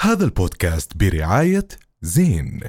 هذا البودكاست برعاية زين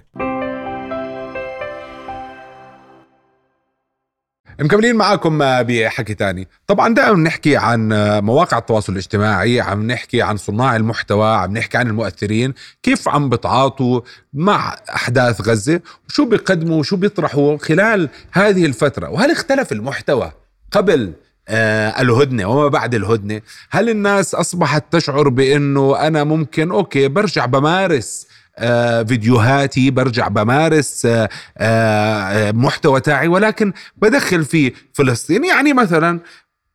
مكملين معاكم آه، بحكي تاني طبعا دائما نحكي عن آه، مواقع التواصل الاجتماعي عم نحكي عن صناع المحتوى عم نحكي عن المؤثرين كيف عم بتعاطوا مع أحداث غزة وشو بيقدموا وشو بيطرحوا خلال هذه الفترة وهل اختلف المحتوى قبل آه، الهدنه وما بعد الهدنه هل الناس اصبحت تشعر بانه انا ممكن اوكي برجع بمارس آه، فيديوهاتي برجع بمارس آه، آه، محتوى تاعي ولكن بدخل فيه فلسطين يعني مثلا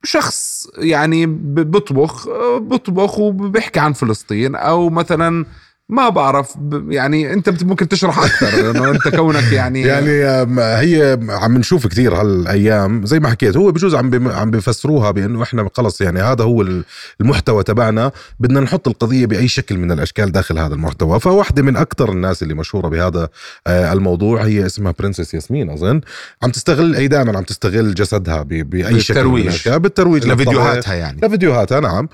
شخص يعني ب- بطبخ آه، بطبخ وبيحكي عن فلسطين او مثلا ما بعرف ب- يعني انت بت- ممكن تشرح اكثر لانه انت كونك يعني يعني آم، هي عم نشوف كثير هالايام زي ما حكيت هو بجوز عم بم- عم بفسروها بانه احنا خلص يعني هذا هو ال- المحتوى تبعنا بدنا نحط القضيه باي شكل من الاشكال داخل هذا المحتوى فواحده من اكثر الناس اللي مشهوره بهذا آه، الموضوع هي اسمها برنسس ياسمين اظن عم تستغل هي دائما عم تستغل جسدها ب- باي شكل من بالترويج. الاشكال بالترويج للطلعة. لفيديوهاتها يعني لفيديوهاتها نعم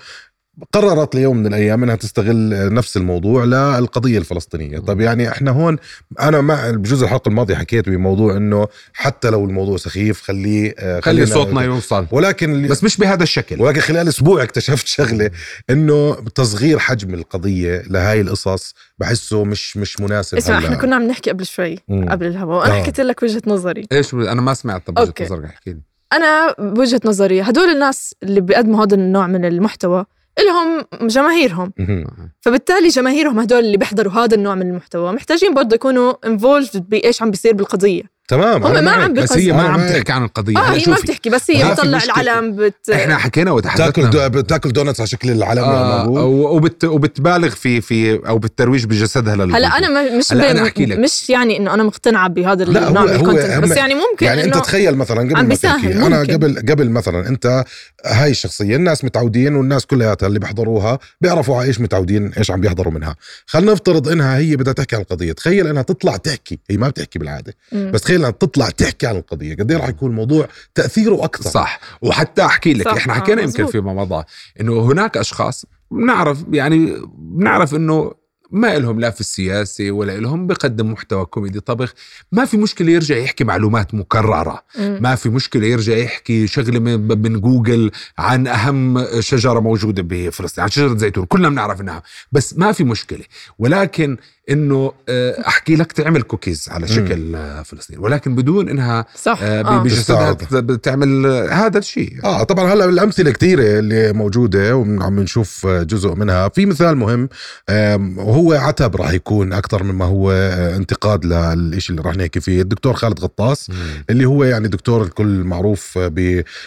قررت ليوم من الايام انها تستغل نفس الموضوع للقضيه الفلسطينيه، طب يعني احنا هون انا مع بجوز الحلقه الماضيه حكيت بموضوع انه حتى لو الموضوع سخيف خليه آه، خلي خلينا- صوتنا يوصل ولكن اللي- بس مش بهذا الشكل ولكن خلال اسبوع اكتشفت شغله انه تصغير حجم القضيه لهاي القصص بحسه مش مش مناسب اسمع هلا. احنا كنا عم نحكي قبل شوي مم. قبل الهواء وانا آه. حكيت لك وجهه نظري ايش بال- انا ما سمعت طب وجهه أوكي. نظرك احكي لي انا بوجهه نظري هدول الناس اللي بيقدموا هذا النوع من المحتوى الهم جماهيرهم مهم. فبالتالي جماهيرهم هدول اللي بيحضروا هذا النوع من المحتوى محتاجين برضه يكونوا انفولد بايش عم بيصير بالقضيه تمام هم أنا ما معك. عم بس هي ما أنا عم معك. تحكي عن القضيه اه هلا هي ما شوفي، بتحكي بس هي ما في بتطلع مشكلة. العلم بت احنا حكينا بتاكل وتحدثنا دو... بتاكل دونتس على شكل العلم آه يا مبروك. وبت وبتبالغ في في او بالترويج بجسدها للفيديو. هلا انا ما- مش هلا أنا بين- أحكي لك. مش يعني انه انا مقتنعه بهذا لا، النوع هو- من هو الكونتنت بس أهم- يعني ممكن يعني انت إنه- تخيل مثلا قبل عم ما بيساهم، تحكي انا ممكن. قبل قبل مثلا انت هاي الشخصيه الناس متعودين والناس كلياتها اللي بيحضروها بيعرفوا على ايش متعودين ايش عم بيحضروا منها خلينا نفترض انها هي بدها تحكي عن القضيه تخيل انها تطلع تحكي هي ما بتحكي بالعاده مم. بس تخيل انها تطلع تحكي عن القضيه قد ايه راح يكون الموضوع تاثيره اكثر صح وحتى احكي لك صح، احنا آه، حكينا يمكن مزبوط. فيما مضى انه هناك اشخاص بنعرف يعني بنعرف انه ما إلهم لا في السياسة ولا إلهم بقدم محتوى كوميدي طبخ ما في مشكلة يرجع يحكي معلومات مكررة مم. ما في مشكلة يرجع يحكي شغلة من, من جوجل عن أهم شجرة موجودة بفلسطين عن شجرة زيتون كلنا بنعرف إنها بس ما في مشكلة ولكن إنه آه، أحكي لك تعمل كوكيز على شكل آه، فلسطين ولكن بدون إنها صح آه، آه. ب- بجسدها تستعرض. بتعمل آه، هذا الشيء اه طبعا هلا الامثله كثيره اللي موجوده وعم نشوف جزء منها في مثال مهم آم، وهو عتب راح يكون اكثر مما هو آه، انتقاد للشيء اللي راح نحكي فيه الدكتور خالد غطاس اللي هو يعني دكتور الكل معروف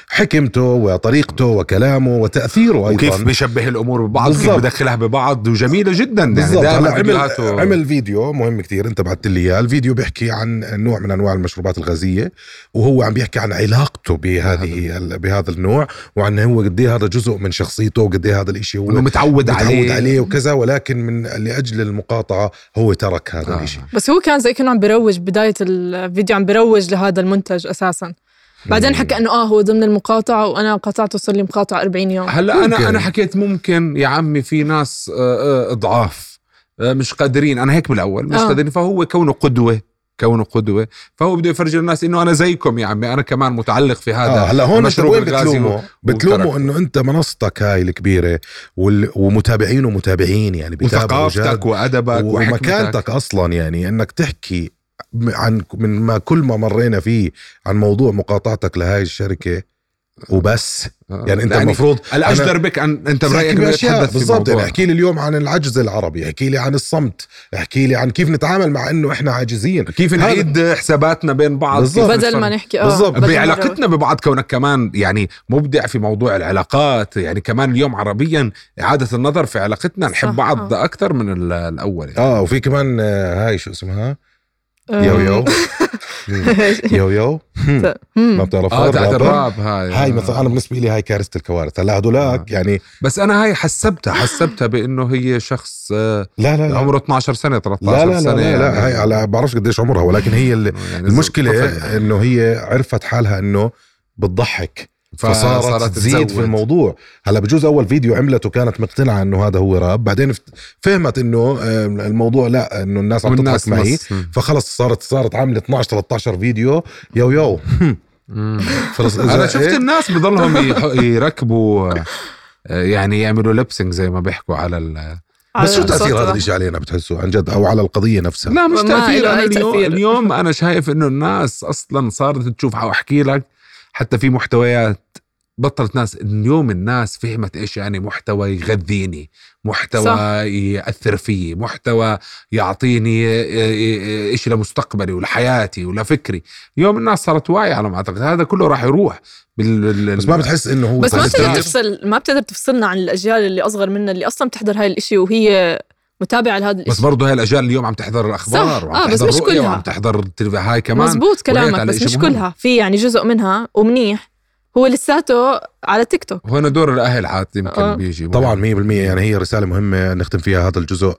بحكمته وطريقته وكلامه وتاثيره ايضا وكيف بيشبه الامور ببعض كيف بالضبط. بدخلها ببعض وجميله جدا يعني بالضبط دائما هلا عمل فيديوهاته عمل فيديو مهم كتير انت بعت لي اياه الفيديو بيحكي عن نوع من انواع المشروبات الغازيه وهو عم بيحكي عن علاقته بهذه ال- بهذا النوع وعن هو قد ايه هذا جزء من شخصيته وقد ايه هذا الاشي هو انه متعود, متعود عليه, عليه وكذا ولكن من لاجل المقاطعه هو ترك هذا آه. الاشي بس هو كان زي كانه عم بيروج بدايه الفيديو عم بيروج لهذا المنتج اساسا بعدين حكى انه اه هو ضمن المقاطعه وانا قاطعته صار لي مقاطعه 40 يوم هلا ممكن. انا انا حكيت ممكن يا عمي في ناس آه، آه، ضعاف آه، مش قادرين انا هيك بالاول مش آه. قادرين فهو كونه قدوه كونه قدوه فهو بده يفرجي للناس انه انا زيكم يا عمي انا كمان متعلق في هذا آه هلا هون انت المشروب وين الغازي بتلومه؟ و- بتلومه وتركته. انه انت منصتك هاي الكبيره وال- ومتابعينه متابعين يعني بيتابعوا جد. وثقافتك وادبك وحكمتك ومكانتك اصلا يعني انك تحكي م- عن من ما كل ما مرينا فيه عن موضوع مقاطعتك لهاي الشركه وبس آه. يعني انت المفروض الاجدر بك ان انت برايك تحكي بدنا بأشياء نتحدث في بالضبط يعني موضوع احكي لي اليوم عن العجز العربي احكي لي عن الصمت احكي لي عن كيف نتعامل مع انه احنا عاجزين كيف هذا- نعيد حساباتنا بين بعض بالضبط. كيف بدل نتفرج. ما نحكي اه بالضبط. بدل ما نروج. بعلاقتنا ببعض كونك كمان يعني مبدع في موضوع العلاقات يعني كمان اليوم عربيا إعادة النظر في علاقتنا نحب صح، بعض آه. أكثر من ال- الأول يعني. اه وفي كمان آه، هاي شو اسمها آه. يو يو يو يو ما بتعرفها آه تاعت الرابر. الراب هاي هاي مثلا انا بالنسبه لي هاي كارثه الكوارث هلا آه. هدولاك يعني بس أنا هاي آه. حسبتها حسبتها بأنه هي شخص آه، لا لا لا عمره 12 سنة 13 لا لا لا, سنة لا, يعني. لا هاي على بعرفش قديش عمرها ولكن هي اللي يعني المشكله طفل. انه هي عرفت حالها انه بتضحك فصارت تزيد تزود. في الموضوع هلا بجوز اول فيديو عملته كانت مقتنعه انه هذا هو راب بعدين فت- فهمت انه آه، الموضوع لا انه الناس عم والناس تضحك معي مس- مم. فخلص صارت صارت عامله 12 13 فيديو يو يو خلص انا إذا- إيه؟ شفت الناس بضلهم يح- يركبوا آه، يعني يعملوا لبسنج زي ما بيحكوا على ال... بس شو على تاثير صوتها. هذا الشيء علينا بتحسوا عن جد او على القضيه نفسها لا مش ما تاثير إله انا أي اليوم, تأثير. اليوم انا شايف انه الناس اصلا صارت تشوف احكي لك حتى في محتويات بطلت ناس اليوم الناس فهمت ايش يعني محتوى يغذيني محتوى صح. ياثر فيي محتوى يعطيني ايش لمستقبلي ولحياتي ولفكري اليوم الناس صارت واعيه على ما اعتقد هذا كله راح يروح بال... بال... بس ما بتحس انه هو بس ما وتأثير. بتقدر تفصل ما بتقدر تفصلنا عن الاجيال اللي اصغر منا اللي اصلا بتحضر هاي الاشي وهي متابعه لهذا بس الاشي برضه هاي الاجيال اليوم عم تحضر الاخبار صح. وعم آه، بس تحضر مش رؤية كلها. وعم تحضر التلفزيون هاي كمان مزبوط وليت كلامك على بس إشي مش مهم. كلها في يعني جزء منها ومنيح هو لساته على تيك توك هنا دور الاهل عاد يمكن آه. بيجي طبعا 100% يعني هي رساله مهمه نختم فيها هذا الجزء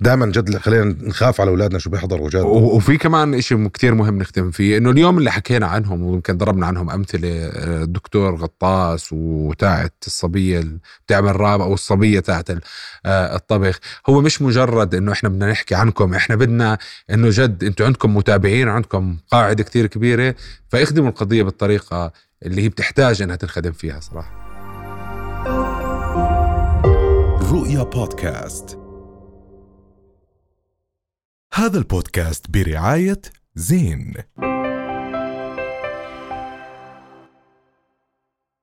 دائما جد خلينا نخاف على اولادنا شو بيحضروا جد و- وفي كمان إشي كتير مهم نختم فيه انه اليوم اللي حكينا عنهم ويمكن ضربنا عنهم امثله آه، الدكتور غطاس وتاعت الصبيه اللي بتعمل راب او الصبيه تاعت ال- آه، الطبخ هو مش مجرد انه احنا بدنا نحكي عنكم احنا بدنا انه جد انتم عندكم متابعين عندكم قاعده كتير كبيره فاخدموا القضيه بالطريقه اللي هي بتحتاج انها تنخدم فيها صراحه رؤيا بودكاست هذا البودكاست برعاية زين